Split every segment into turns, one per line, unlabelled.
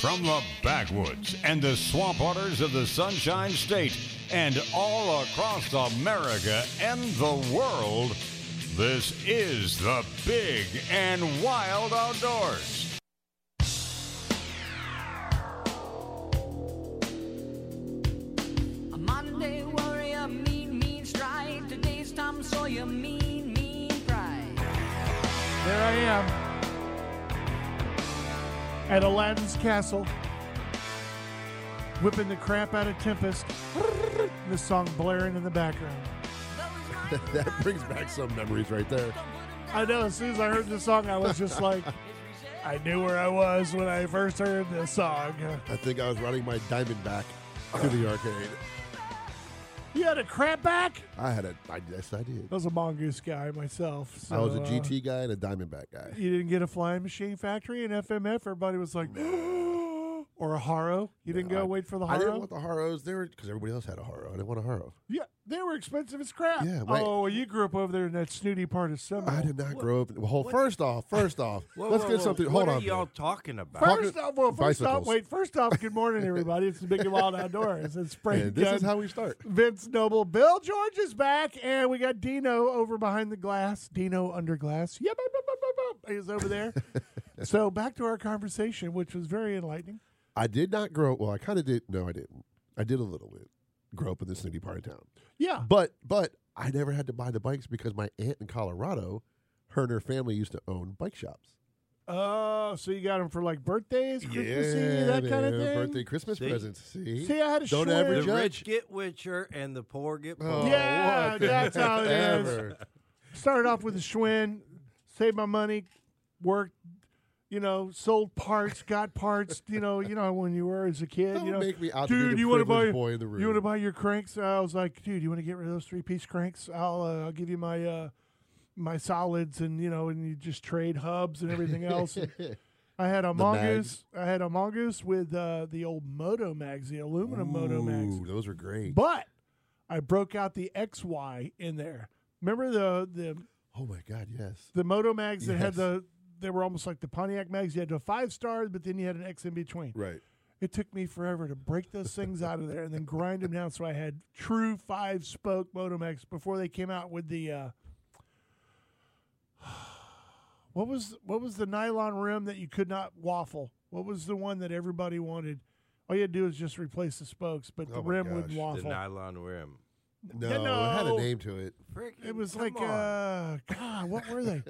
From the backwoods and the swamp waters of the Sunshine State and all across America and the world, this is the Big and Wild Outdoors.
A Monday warrior, mean, mean strike. Today's Tom Sawyer, mean, mean pride.
There I am at Aladdin's castle, whipping the crap out of Tempest. This song blaring in the background.
that brings back some memories right there.
I know. As soon as I heard this song, I was just like, I knew where I was when I first heard this song.
I think I was riding my diamond back to the arcade.
You had a crap back?
I had a, I, yes, I did.
I was a mongoose guy myself. So,
I was a
uh,
GT guy and a diamondback guy.
you didn't get a flying machine factory and FMF. Everybody was like, or a Haro. You didn't go
I-
wait for the
I
Haro.
didn't want the Haros. They were because everybody else had a Haro. I didn't want a Haro.
Yeah, they were expensive as crap.
Yeah, wait.
oh, well, you grew up over there in that snooty part of Seminole.
I did not grow up. Well, first off, first off,
Whoa,
let's
whoa,
get
whoa.
something.
What
Hold
are
on.
y'all
dude.
talking about?
First
Talking-
off, well, first off,
bicycles.
wait. First off, good morning, everybody. It's the Big and Wild Outdoors. It's Frank.
And this
Gunn,
is how we start.
Vince Noble, Bill George is back, and we got Dino over behind the glass. Dino under glass. Yep, yep, yep, yep, yep, is over there. so back to our conversation, which was very enlightening.
I did not grow. Well, I kind of did. No, I didn't. I did a little bit. Grow up in this snooty part of town.
Yeah,
But but I never had to buy the bikes because my aunt in Colorado, her and her family used to own bike shops.
Oh, so you got him for like birthdays, Christmas
Yeah,
Eve, that kind of
man,
thing.
Birthday, Christmas
See?
presents. See,
See, I had a
Don't
short-
ever
The
judge.
rich get richer and the poor get poor.
Oh,
Yeah,
what
that's how it is.
ever.
started off with a Schwinn, saved my money, worked, you know, sold parts, got parts. You know, you know when you were as a kid,
Don't
you know,
make me out to
dude,
be the
you wanna
privileged
buy
boy in the room.
you want to buy your cranks? I was like, dude, you want to get rid of those three piece cranks? I'll uh, I'll give you my uh, my solids, and you know, and you just trade hubs and everything else. And I had a mongoose. I had a mongoose with uh, the old moto mags, the aluminum moto mags.
Ooh, those were great.
But I broke out the XY in there. Remember the the
oh my god, yes.
the moto mags that had
Yes.
the they were almost like the Pontiac mags. You had the five stars, but then you had an X in between.
Right.
It took me forever to break those things out of there and then grind them down. So I had true five spoke moto mags before they came out with the uh, what was what was the nylon rim that you could not waffle? What was the one that everybody wanted? All you had to do was just replace the spokes, but the
Oh my
rim
gosh.
wouldn't
The
waffle.
The nylon rim.
No,
Yeah,
it had a
no.
name to it.
Frickin'
It was
come
like,
on.
uh, God, what were they?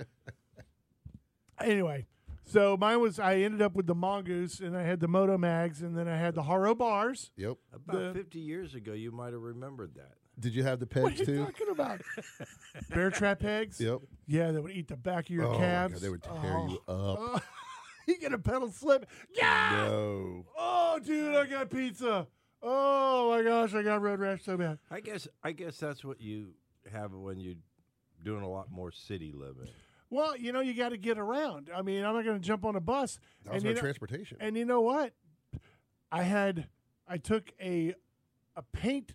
anyway, so mine was, I ended up with the Mongoose and I had the Moto Mags and then I had the Haro Bars.
Yep.
about
the-
50 years ago, you might have remembered that.
Did you have the
What are
pegs
you
too?
talking about? Bear trap eggs?
Yep.
Yeah, that would eat the back of your
oh my God,
calves.
they would tear you up.
Oh. you get a pedal slip. Yeah.
No.
Oh, dude, I got pizza. Oh my gosh, I got road rash so bad.
I guess I guess that's what you have when you're doing a lot more city living.
Well, you know, you got to get around. I mean, I'm not going to jump on a bus.
That was
and you
our
know-
transportation.
And you know what? I had I took a a paint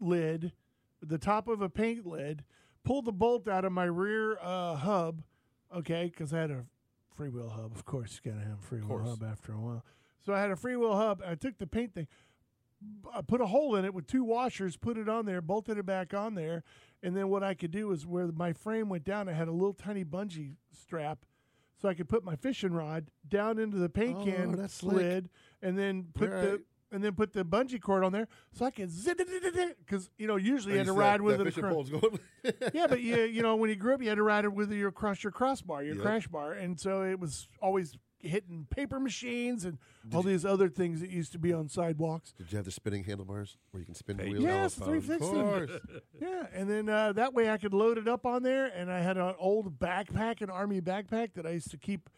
lid, the top of a paint lid, pulled the bolt out of my rear uh, hub, okay, because I had a freewheel hub. Of course, you gotta have a freewheel
course.
hub after a while. So I had a freewheel hub. I took the paint thing, b- I put a hole in it with two washers, put it on there, bolted it back on there, and then what I could do is where my frame went down, I had a little tiny bungee strap, so I could put my fishing rod down into the paint
Oh,
can
that's slick.
lid, and then put
All
the
right.
and then put the bungee cord on there, so I could zip it because you know usually you
Oh,
had to
see that-
ride with
that
it.
fishing
across-
pole's going.
yeah, but you you know when you grew up, you had to ride it with your across your crossbar, your
Yep.
crash bar, and so it was always hitting paper machines and all these other things that used to be on sidewalks.
Did you have the spinning handlebars where you can spin the
Hey,
wheel?
Yes,
telephone.
Of
360.
course.
Yeah, and then uh, that way I could load it up on there, and I had an old backpack, an army backpack that I used to keep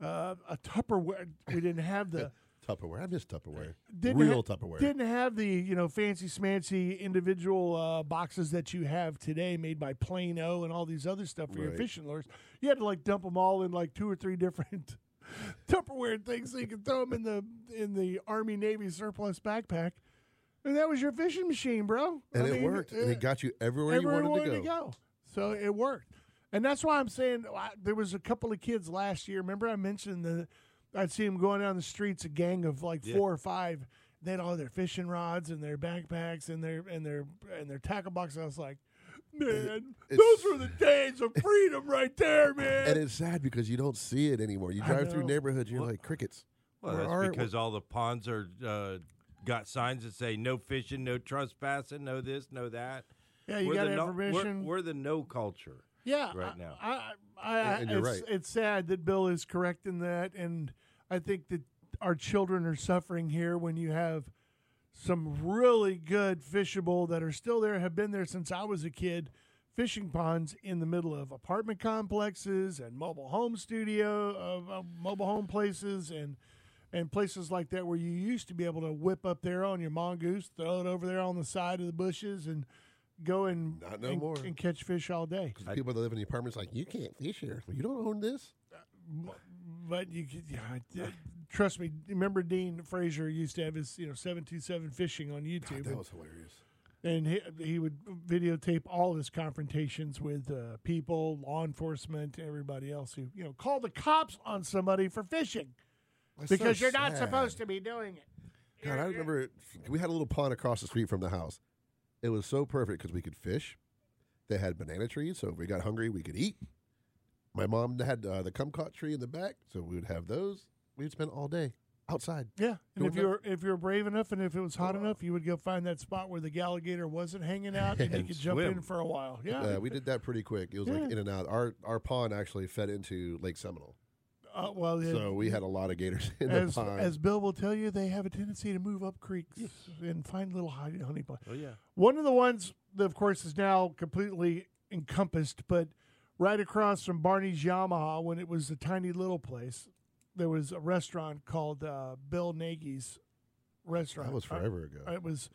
uh, a Tupperware. We didn't have the.
Tupperware. I miss Tupperware.
didn't
Real
ha-
Tupperware.
Didn't have the you know fancy smancy individual uh, boxes that you have today, made by Plano and all these other stuff for your
Right.
fishing lures. You had to like dump them all in like two or three different Tupperware things so you could throw them in the in the Army Navy surplus backpack, and that was your fishing machine, bro.
and
I
it
mean,
worked. and
uh,
it got you everywhere,
everywhere
you wanted,
to, go. So it worked, and that's why I'm saying I, there was a couple of kids last year. Remember I mentioned the I'd see them going down the streets, a gang of like
Yeah.
four or five. They had all their fishing rods and their backpacks and their and their and their tackle box. I was like, man,
it's-
those were the days of freedom right there,
And
man.
it's sad because you don't see it anymore. You
I
drive through
know.
neighborhoods, you're like crickets.
Well,
Where
that's
are it?
because all the ponds are uh, got signs that say no fishing, no trespassing, no this, no that.
Yeah, you
We're
got
the no- we're-
information.
We're, the no culture.
yeah,
right
I-
now.
I, I, I,
And you're
it's,
right.
it's sad that Bill is correct in that, and I think that our children are suffering here when you have some really good fishable that are still there, have been there since I was a kid. Fishing ponds in the middle of apartment complexes and mobile home studio, uh, uh, mobile home places, and and places like that where you used to be able to whip up there on your mongoose, throw it over there on the side of the bushes, and go and
Not no
and-
more.
and catch fish all day.
Because people that live in the apartments like, you can't fish here. Well, you don't own this.
But you, could- yeah, I did- trust me. Remember Dean Fraser used to have his, you know, seven two seven fishing on YouTube, and,
hilarious.
and he, he would videotape all of his confrontations with uh, people, law enforcement, everybody else who, you know, call the cops on somebody for fishing because you're not supposed to be doing it.
God, I remember it- we had a little pond across the street from the house. It was so perfect because we could fish. They had banana trees, so if we got hungry, we could eat. My mom had uh, the kumquat tree in the back, so we would have those. We'd spend all day outside.
Yeah, and
Doing
if
that-
you're if you're brave enough, and if it was hot enough, you would go find that spot where the alligator wasn't hanging out, and you
And
could jump in
swim.
for a while. Yeah.
Uh, we did that pretty quick. It was
Yeah.
like in and out. Our our pond actually fed into Lake Seminole,
Uh, well, yeah,
so we had a lot of gators in
as,
the pond.
as Bill will tell you, they have a tendency to move up creeks and find little hiding honey spots.
Oh yeah.
One of the ones that, of course, is now completely encompassed, but right across from Barney's Yamaha, when it was a tiny little place, there was a restaurant called uh, Bill Nagy's Restaurant.
that was
Uh,
forever ago.
it was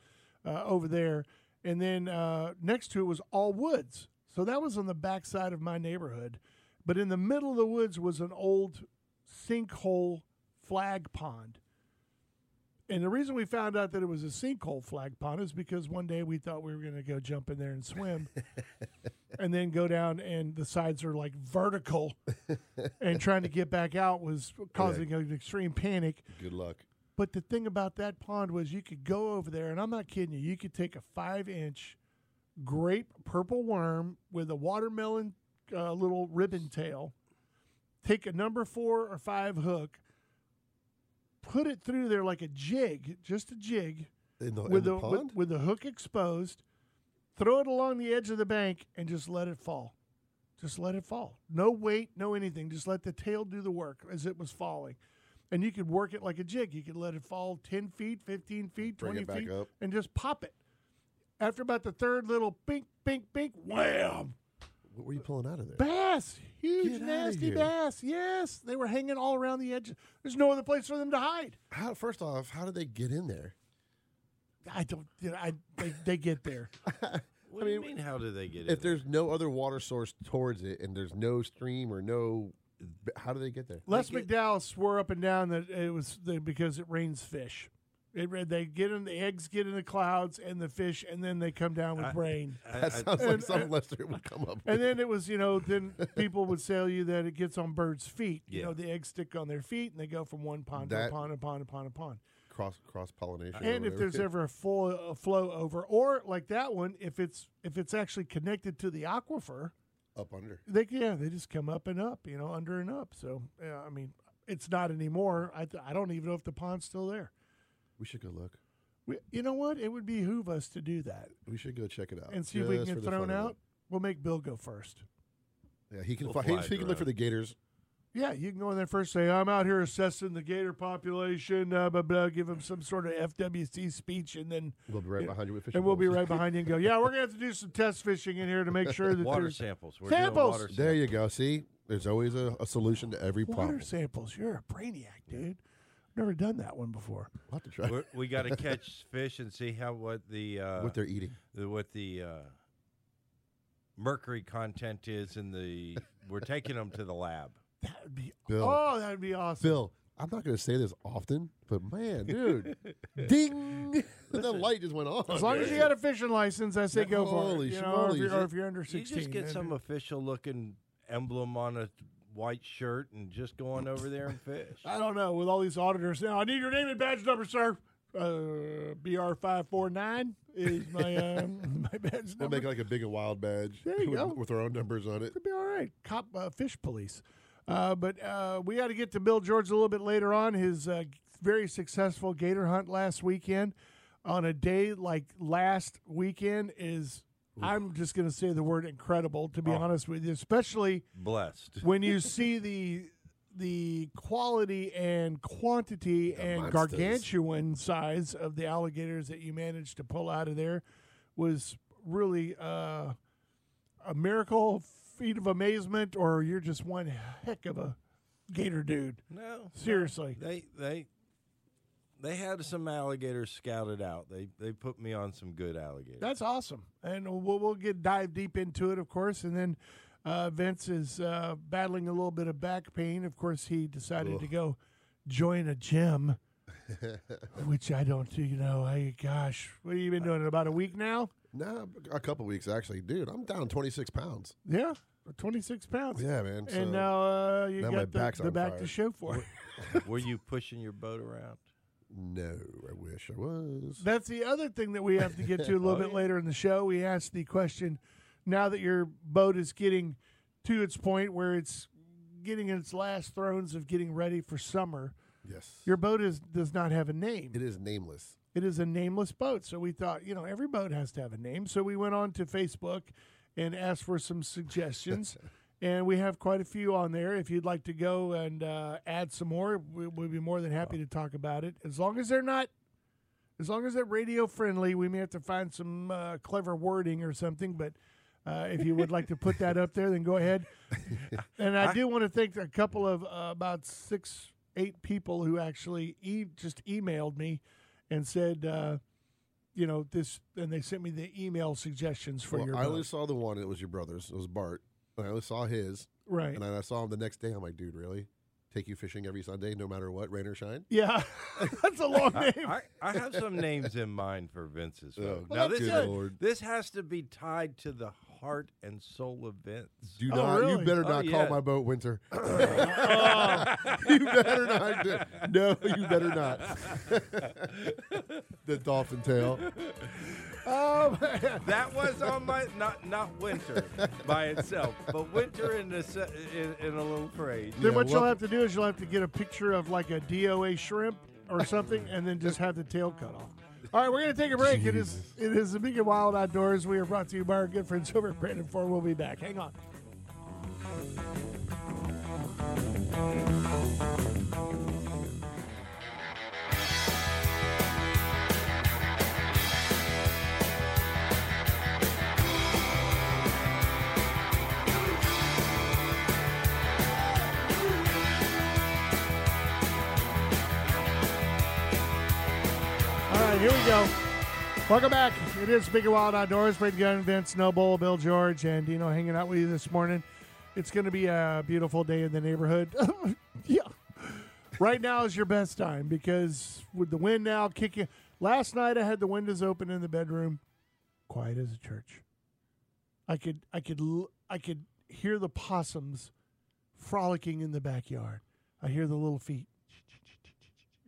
uh, over there, and then uh, next to it was all woods. So that was on the backside of my neighborhood, but in the middle of the woods was an old sinkhole flag pond. And the reason we found out that it was a sinkhole flag pond is because one day we thought we were going to go jump in there and swim, and then go down, and the sides are like vertical, and trying to get back out was causing an extreme panic.
Good luck.
But the thing about that pond was you could go over there, and I'm not kidding you, you could take a five inch grape purple worm with a watermelon uh, little ribbon tail, take a number four or five hook, put it through there like a jig, just a jig,
In the,
with
in
the,
the
with-
pond,
with the hook exposed, throw it along the edge of the bank, and just let it fall. Just let it fall. No weight, no anything. Just let the tail do the work as it was falling. And you could work it like a jig. You could let it fall 10 feet, 15 feet,
Bring
20
it back
feet,
up.
and just pop it. After about the third little bink, bink, bink, wham!
what were you pulling out of there?
Bass! Huge,
Get outta
nasty
here.
bass. Yes. They were hanging all around the edge. There's no other place for them to hide.
How, first off, how did they get in there?
I don't, I, they, they get there.
What do you mean? How do they get in?
If there's no other water source towards it, and there's no stream or no, how do they get there?
Les
They get-
McDowell swore up and down that it was the, because it rains fish. It, ra- they get in the eggs, get in the clouds, and the fish, and then they come down with
I-
rain.
I-
That
I-
sounds like
and-
something Lester would come up.
And
with.
then it was, you know, then people would tell you that it gets on birds' feet. You
Yeah.
know, the eggs stick on their feet, and they go from one pond to a
That-
pond, and pond, and pond, and pond.
cross cross pollination.
and if there's ever a flow, a flow over, or like that one, if it's if it's actually connected to the aquifer,
up under,
they yeah they just come up and up you know under and up so yeah, i mean it's not anymore I, th- I don't even know if the pond's still there
we should go look.
we, you know what it would behoove us to do that
We should go check it out
and see if we can
just
get
for the
thrown
fun of
out we'll make bill go first
it. Yeah, he can
We'll
find.
fly
he can look for
around.
the gators.
yeah you can go in there first say i'm out here assessing the gator population blah blah blah give them some sort of fwc speech and then
We'll be right
Yeah.
behind you with fishing.
and we'll be
poles.
right behind you and go yeah we're gonna have to do some test fishing in here to make sure that
water
there's
samples. We're doing
Samples!
water
There
samples.
you go. See, there's always a, a solution to every problem.
water samples you're a brainiac dude I've never done that one before
We'll have to try
We're, we got to catch fish and see how what the uh,
what they're eating.
the, what the uh, mercury content is in the. We're taking them to the lab.
that would be
Bill.
oh that would be awesome
Phil, I'm not going to say this often, but man, dude, ding! the light just went off.
As long as you got a fishing license, I say go for
Holy
it. You know, or, if
smoly,
you're,
is
or
it-
if you're under
You
sixteen,
just get
then-
some official looking emblem on a white shirt and just going over there and fish.
I don't know. With all these auditors now, I need your name and badge number, sir. Uh, BR five four nine is my uh, my badge
We'll
number.
make like a big and wild badge.
There you
with,
go.
With our own numbers on it.
could be all right. Cop uh, fish police. Uh, but uh, we got to get to Bill George a little bit later on. His uh, very successful gator hunt last weekend on a day like last weekend is, I'm just going to say the word incredible, to
Oh.
be honest with you, especially
Blessed.
when you see the the quality and quantity and
monsters.
gargantuan size of the alligators that you managed to pull out of there was really uh, a miracle feat of amazement or you're just one heck of a gator dude
No,
seriously
they they they had some alligators scouted out. They they put me on some good alligators.
That's awesome, and we'll, we'll get dive deep into it, of course. And then uh, Vince is uh, battling a little bit of back pain. Of course, he decided to go join a gym, which I don't. You know, I gosh, what have you been doing? About a week now?
Nah, a couple weeks actually, dude. I'm down 26 pounds.
Yeah, twenty six pounds.
Yeah, man. so-
and now uh, you
now my
got
back's
the, the
on
back
fire.
to show for it.
Were you pushing your boat around?
no, I wish I was.
That's the other thing that we have to get to a little bit later in the show. We asked the question now that your boat is getting to its point where it's getting in its last thrones of getting ready for summer,
Yes,
your boat is does not have a name.
it is nameless.
It is a nameless boat. So we thought, you know, every boat has to have a name. So we went on to Facebook and asked for some suggestions. And we have quite a few on there. If you'd like to go and uh, add some more, we, we'd be more than happy to talk about it. As long as they're not, as long as they're radio friendly, we may have to find some uh, clever wording or something. But uh, if you would like to put that up there, then go ahead. And I, do want to thank a couple of uh, about six, eight people who actually e- just emailed me and said, uh, you know, this, and they sent me the email suggestions for
well,
your
I
boat.
only saw the one. It was your brother's. It was Bart. And I only saw his,
right.
and then I saw him the next day. I'm like, dude, really? Take you fishing every Sunday, no matter what, rain or shine.
yeah, that's a long
I,
name.
I, I have some names in mind for Vince's.
Oh,
boat.
Well,
now
that's
this
good.
Lord.
this has to be tied to the heart and soul of Vince.
Do
Oh,
not.
really?
You better
Oh,
not
yeah.
call my boat Winter. you better not. do- no, you better not. the dolphin tail. Oh,
Um,
That was on my not not winter by itself, but winter in a se- in, in a little phrase.
then
Yeah,
what you'll
well-
have to do is you'll have to get a picture of like a DOA shrimp or something, and then just have the tail cut off. All right, we're gonna take a break. It is it is the Big and Wild Outdoors. We are brought to you by our good friends over at Brandon Ford. We'll be back. Hang on. All right, here we go. Welcome back. It is Big and Wild Outdoors. Brad Gunn, Vince Noble, Bill George, and Dino hanging out with you this morning. It's going to be a beautiful day in the neighborhood. yeah. Right now is your best time because with the wind now kicking. Last night I had the windows open in the bedroom, quiet as a church. I could I could l- I could hear the possums frolicking in the backyard. I hear the little feet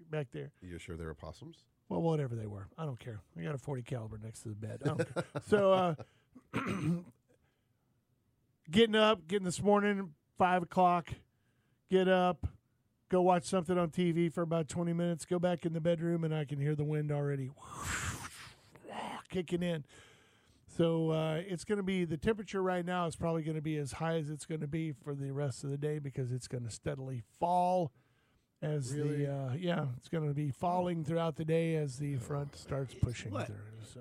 back there.
You sure they're opossums?
Well, whatever they were, I don't care. I got a forty caliber next to the bed. I don't care. So, uh, getting up, getting this morning, five o'clock, get up, go watch something on TV for about twenty minutes. Go back in the bedroom, and I can hear the wind already kicking in. So uh, it's going to be the temperature right now is probably going to be as high as it's going to be for the rest of the day because it's going to steadily fall as
Really?
the uh, yeah it's going to be falling throughout the day as the front starts pushing
what?
through. So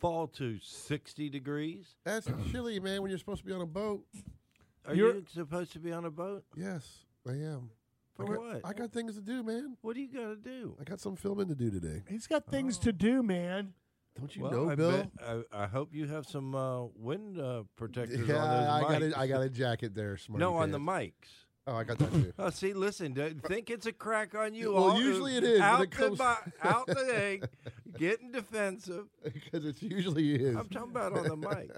Fall to sixty degrees.
That's chilly, man. When you're supposed to be on a boat.
Are
You're-
you supposed to be on a boat?
Yes, I am.
For
I got,
what?
I got things to do, man.
What do you got to do?
I got some filming to do today.
he's got things to do, man.
Don't you
Well,
know,
I
Bill?
bet- I, I hope you have some uh, wind uh, protectors
Yeah, I
on
got
those mics.
a, I got a jacket there. Smart
no, on the mics.
Oh, I got that too.
Oh, see, listen, don't think it's a crack on you.
Well,
all uh,
usually it is, but
Out
it comes-
the mi- out the egg, getting defensive.
Because it usually is.
I'm talking about on the mic.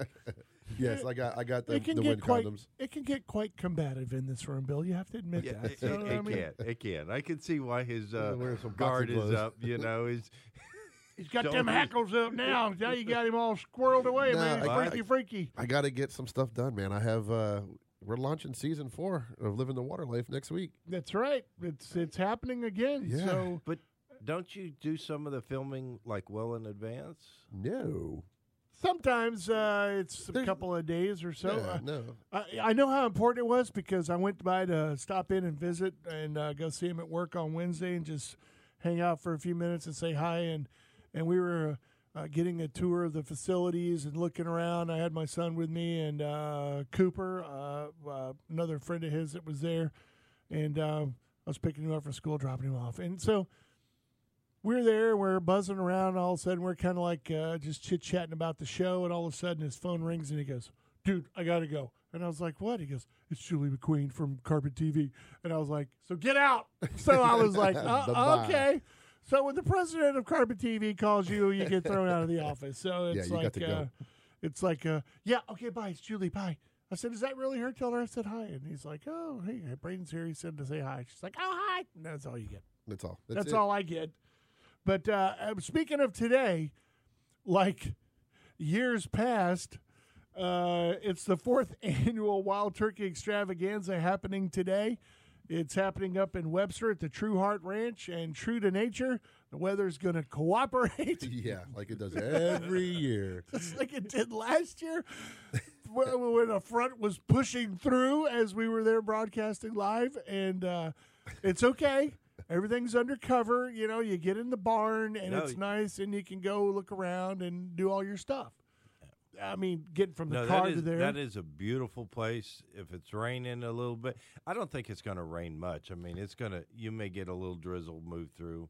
Yes, I got I got the,
it can
the
get
wind
quite
condoms.
it can get quite combative in this room, Bill. You have to admit
Yeah,
that.
it,
You know
it,
what I
it
mean?
can. It can. I can see why his
Yeah,
uh,
wear some boxing
guard is
gloves.
up. You know, is
He's got them
Shoulders.
hackles up now. Now you got him all squirreled away,
Nah,
man. It's
I-
freaky, freaky.
I got to get some stuff done, man. I have uh we're launching season 4 of Living the Water Life next week.
That's right. It's it's happening again.
Yeah.
So
but don't you do some of the filming like well in advance?
No.
sometimes uh, it's a
There's-
couple of days or so.
Yeah,
Uh,
no.
I, I know how important it was because I went by to stop in and visit and uh, go see him at work on Wednesday and just hang out for a few minutes and say hi and and we were uh, getting a tour of the facilities and looking around. I had my son with me and uh, Cooper, uh, uh, another friend of his that was there, and uh, I was picking him up from school, dropping him off, and so. We're there, we're buzzing around, and all of a sudden we're kind of like uh, just chit chatting about the show, and all of a sudden his phone rings and he goes, dude, I gotta go. And I was like, what? He goes, it's Julie McQueen from Carpet TV. And I was like, so get out. So I was like, uh,
Bye-bye.
okay. So when the president of Carpet TV calls you, you get thrown out of the office. So
Yeah,
it's
you got
like,
to
uh,
go.
it's like, uh, yeah, okay, bye. It's Julie, bye. I said, is that really her? Tell her I said hi. And he's like, oh, hey, Braden's here. He said to say hi. She's like, oh, hi. And that's all you get.
That's all.
That's,
it.
all I get. But uh, uh, speaking of today, like years past, uh, it's the fourth annual Wild Turkey Extravaganza happening today. It's happening up in Webster at the True Heart Ranch, and true to nature, the weather's going to cooperate
Yeah, like it does every year.
just like it did last year when when a front was pushing through as we were there broadcasting live and uh, it's okay everything's undercover you know you get in the barn and
No,
it's
y-
nice and you can go look around and do all your stuff i mean getting from the
no,
car
that
to
is
there
that is a beautiful place. If it's raining a little bit, I don't think it's going to rain much. I mean, it's going to. You may get a little drizzle move through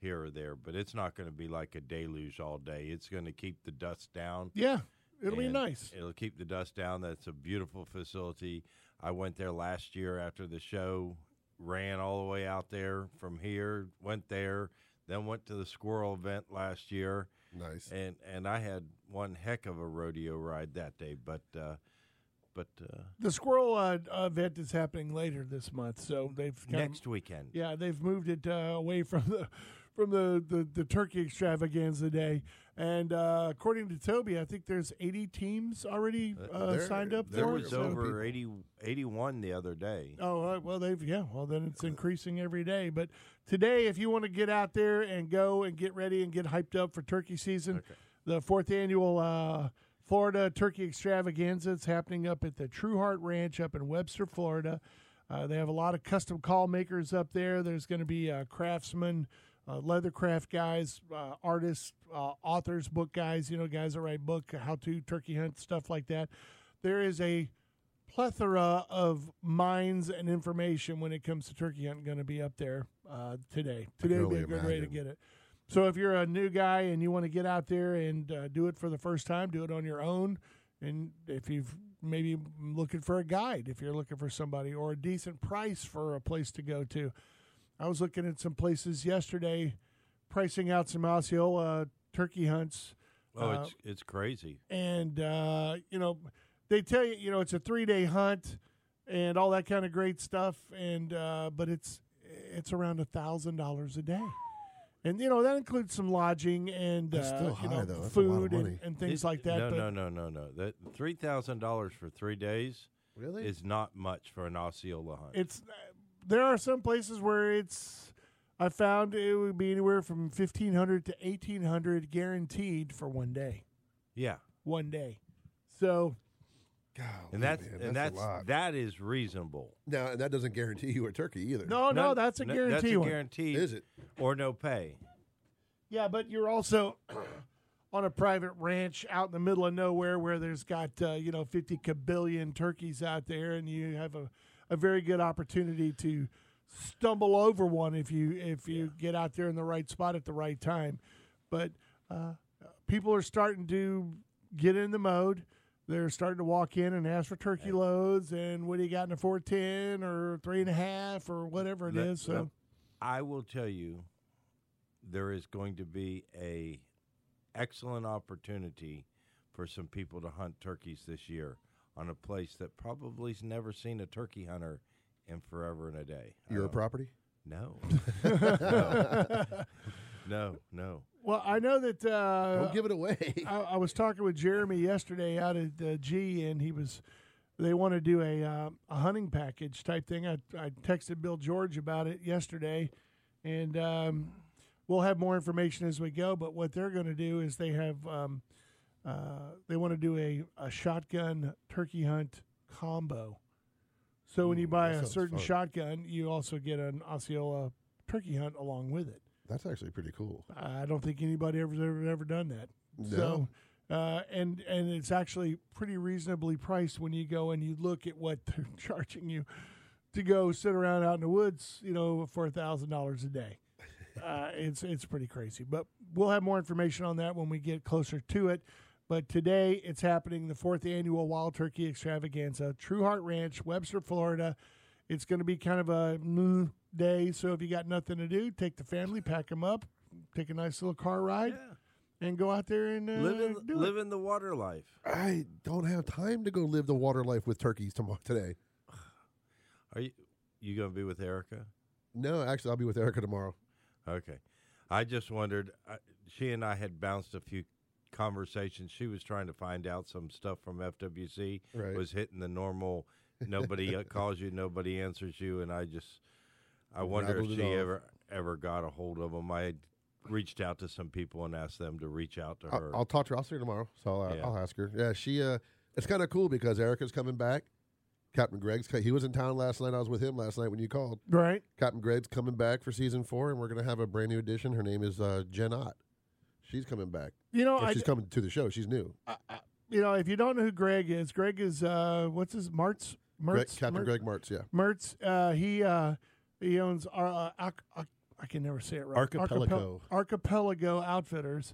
here or there, but it's not going to be like a deluge all day. It's going to keep the dust down.
yeah it'll be
and
nice
It'll keep the dust down. That's a beautiful facility. I went there last year after the show, ran all the way out there from here, went there, then went to the squirrel event last year,
Nice.
and and I had one heck of a rodeo ride that day. But uh, but uh,
the squirrel uh, event is happening later this month so they've kind of
next weekend,
Yeah, they've moved it uh, away from the from the, the, the turkey extravaganza day. And uh, according to Toby, I think there's 80 teams already
Uh,
uh,
there-
signed up
there
for
was
it. so-
over 80, 81 the other day.
Oh uh, well, they've yeah. Well, then it's increasing every day. But today, if you want to get out there and go and get ready and get hyped up for turkey season, the fourth annual uh, Florida Turkey Extravaganza is happening up at the True Heart Ranch up in Webster, Florida. Uh, they have a lot of custom call makers up there. There's going to be uh, craftsmen, uh, leather craft guys, uh, artists, uh, authors, book guys. You know, guys that write book, how to turkey hunt, stuff like that. There is a plethora of minds and information when it comes to turkey hunting going to be up there uh, today.
can
Today would be
only
a good way to
imagine.
get it. So if you're a new guy and you want to get out there and uh, do it for the first time, do it on your own. And if you've maybe looking for a guide, if you're looking for somebody or a decent price for a place to go to, I was looking at some places yesterday, pricing out some Osceola turkey hunts
Oh,
Uh,
it's it's crazy.
and uh, you know they tell you you know it's a three day hunt and all that kind of great stuff and uh, but it's it's around a thousand dollars a day and you know that includes some lodging and
That's
uh,
still
you
high,
know
though. That's a lot of
food and,
money.
and things
It-
like that
No,
but
no, no, no, no. That three thousand dollars for three days
Really?
is not much for an Osceola hunt.
it's there are some places where it's I found it would be anywhere from fifteen hundred to eighteen hundred guaranteed for one day
yeah.
one day so
Golly,
and that's
Oh, man,
and
that's,
that's,
a lot.
that is reasonable.
now, and that doesn't guarantee you a turkey either.
Oh, no no, that's a
no,
guarantee
That's a
one.
guarantee.
Is it?
or no pay?
Yeah, but you're also on a private ranch out in the middle of nowhere where there's got uh, you know 50 kabillion turkeys out there, and you have a, a very good opportunity to stumble over one if you if you get out there in the right spot at the right time. But uh, people are starting to get in the mode. They're starting to walk in and ask for turkey loads, and what do you got in a four ten or three and a half or whatever it is. So
Let- let- I will tell you, there is going to be a excellent opportunity for some people to hunt turkeys this year on a place that probably's never seen a turkey hunter in forever and a day. I
Your
don't-
property?
No. no. No, no.
Well, I know that
Don't
uh,
give it away.
I, I was talking with Jeremy yesterday out at uh, G, and he was they want to do a uh, a hunting package type thing. I I texted Bill George about it yesterday, and um, we'll have more information as we go. But what they're going to do is they have um, uh, they want to do a a shotgun turkey hunt combo. So when you
Ooh,
buy
that
a
sounds
certain
fun.
shotgun, you also get an Osceola turkey hunt along with it.
That's actually pretty cool.
I don't think anybody ever's ever ever done that.
No.
So, uh, and and it's actually pretty reasonably priced when you go and you look at what they're charging you to go sit around out in the woods, you know, for a thousand dollars a day. Uh, it's it's pretty crazy, but we'll have more information on that when we get closer to it. But today it's happening the fourth annual Wild Turkey Extravaganza, True Heart Ranch, Webster, Florida. It's going to be kind of a mm, day, so if you got nothing to do, take the family, pack them up, take a nice little car ride, and go out there and uh,
Living
do it.
living the water life.
I don't have time to go live the water life with turkeys tomorrow today.
Are you you gonna be with Erica?
No, actually, I'll be with Erica tomorrow.
Okay. I just wondered. I, she and I had bounced a few conversations. She was trying to find out some stuff from FWC.
Right.
Was hitting the normal. Nobody uh, calls you. Nobody answers you. And I just, I wonder if
Rattled it
she
off.
ever ever got a hold of them. I had reached out to some people and asked them to reach out to
I-
her.
I'll talk to her. I'll see her tomorrow, so I'll,
Yeah.
I'll ask her. Yeah, she. Uh, it's kind of cool because Erica's coming back. Captain Greg's. co- He was in town last night. I was with him last night when you called.
right?
Captain Greg's coming back for season four, and we're gonna have a brand new addition. Her name is uh, Jen Ott. She's coming back.
You know,
Or
Oh, I,
she's coming to the show. She's new.
you know, if you don't know who Greg is, Greg is uh, what's his Martz Mertz
Greg, Captain
Mer-
Greg Martz. Yeah.
Mertz. Uh, he uh, he owns our uh, Ac- Ac- I can never say it right.
Archipelago.
Archipel- Archipelago Outfitters.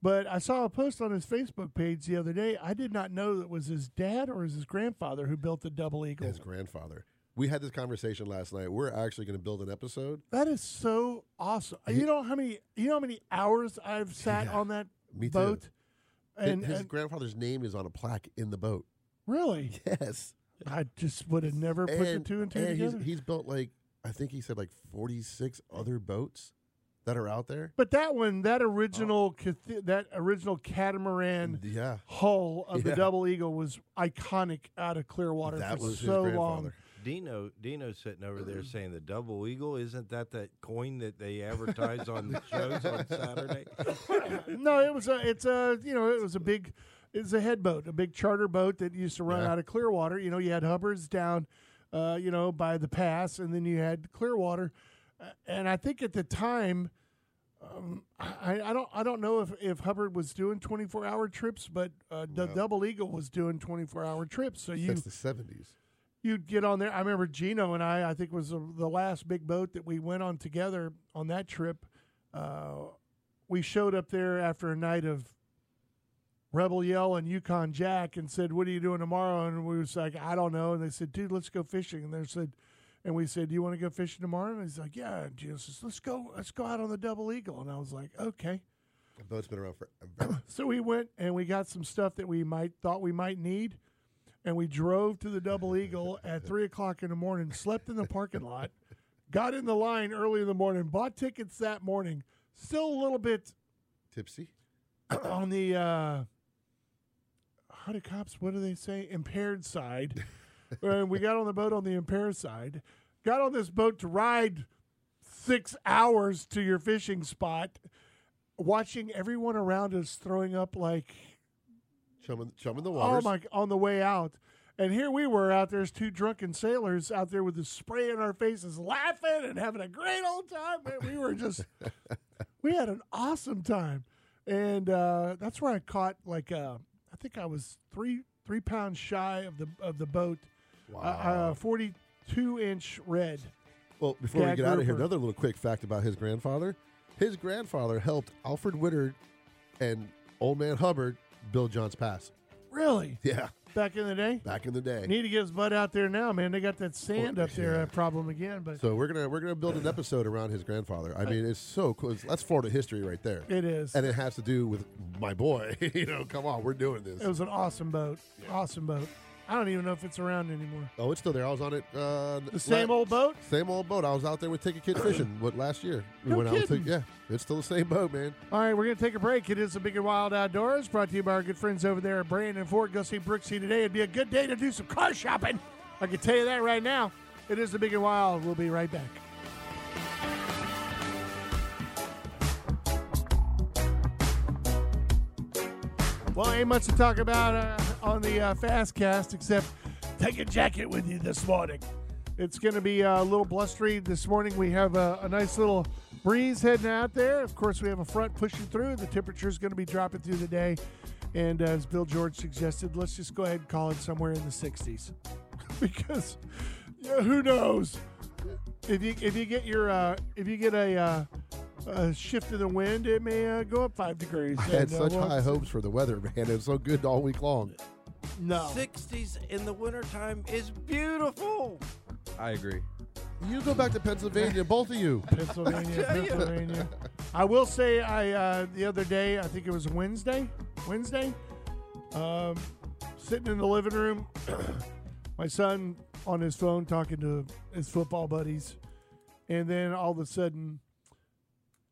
But I saw a post on his Facebook page the other day. I did not know that was his dad or his grandfather who built the double eagle.
His grandfather. We had this conversation last night. We're actually going to build an episode.
That is so awesome. You know how many you know how many hours I've sat
Yeah,
on that
me too.
boat,
Hi-
and,
his
and-
grandfather's name is on a plaque in the boat.
really,
Yes.
I just would have never put the two and two
and
together.
He's, he's built like I think he said like forty six other boats that are out there.
But that one, that original,
Oh.
cath- that original catamaran
yeah,
hull of the
Yeah.
Double Eagle was iconic out of Clearwater
that
for
was
so
his
long.
grandfather.
Dino Dino's sitting over there saying the double eagle isn't that that coin that they advertise on the shows on Saturday?
no, it was a, it's a, you know, it was a big, it's a head boat, a big charter boat that used to run
Yeah.
out of Clearwater. You know, you had Hubbard's down, uh, you know, by the pass, and then you had Clearwater, Uh, and I think at the time. Um, I, I don't I don't know if, if Hubbard was doing twenty four hour trips, but uh, the
No.
Double Eagle was doing twenty four hour trips. So you
Since the seventies.
you'd get on there. I remember Gino and I, I think was the the last big boat that we went on together on that trip. Uh, we showed up there after a night of Rebel Yell and Yukon Jack and said, What are you doing tomorrow? And we was like, I don't know. And they said, Dude, let's go fishing. And they said, and we said, Do you want to go fishing tomorrow? And he's like, Yeah. And Gino says, Let's go, let's go out on the double eagle. And I was like, Okay.
The boat's been around forever.
So we went and we got some stuff that we might thought we might need, and we drove to the Double Eagle at three o'clock in the morning. Slept in the parking lot, got in the line early in the morning, bought tickets that morning. Still a little bit
Tipsy.
on the uh, how do cops? What do they say? Impaired side. and we got on the boat on the impaired side. Got on this boat to ride six hours to your fishing spot, watching everyone around us throwing up like
Chumming, chumming the waters.
Oh my! On the way out, and here we were out there as two drunken sailors out there with the spray in our faces, laughing and having a great old time. Man, we were just, we had an awesome time, and uh, that's where I caught like uh, I think I was three three pounds shy of the of the boat,
Wow.
uh, uh, forty two inch red.
well, before we
Gag
get out of here,
Rupert.
another little quick fact about his grandfather. His grandfather helped Alfred Woodard and Old Man Hubbard build John's Pass.
Really,
Yeah.
back in the day.
back in the day.
Need to get his butt out there now, man. They got that sand up there uh, problem again, but
So we're gonna we're gonna build an episode around his grandfather. I mean, it's so cool. It's- That's Florida history right there,
it is.
and it has to do with my boy. you know, come on, we're doing this.
It was an awesome boat. Awesome boat. I don't even know if it's around anymore.
oh, it's still there. I was on it. Uh,
The same old boat?
same old boat. I was out there with take a kid fishing. What last year? We
No
went out with
kidding.
Take- yeah, it's still the same boat, man.
All right, we're going to take a break. It is the Big and Wild Outdoors brot to you by our good friends over there at Brandon Ford. Go see Brooksy today. It'd be a good day to do some car shopping. I can tell you that right now. It is the Big and Wild. We'll be right back. Well, ain't much to talk about uh, on the uh, fast cast except take a jacket with you this morning. It's going to be uh, a little blustery this morning. We have a, a nice little breeze heading out there. Of course, we have a front pushing through. The temperature is going to be dropping through the day. And uh, as Bill George suggested, let's just go ahead and call it somewhere in the 60s because yeah, who knows if you if you get your uh, if you get a, uh, a shift in the wind, it may uh, go up five degrees.
I had
And, uh,
such
we'll-
high hopes for the weather, man. It was so good all week long.
No,
60s in the wintertime is beautiful.
I agree.
You go back to Pennsylvania, both of you.
Pennsylvania, Pennsylvania. I will say, I uh, the other day, I think it was Wednesday, Wednesday, um, sitting in the living room, my son on his phone talking to his football buddies, and then all of a sudden,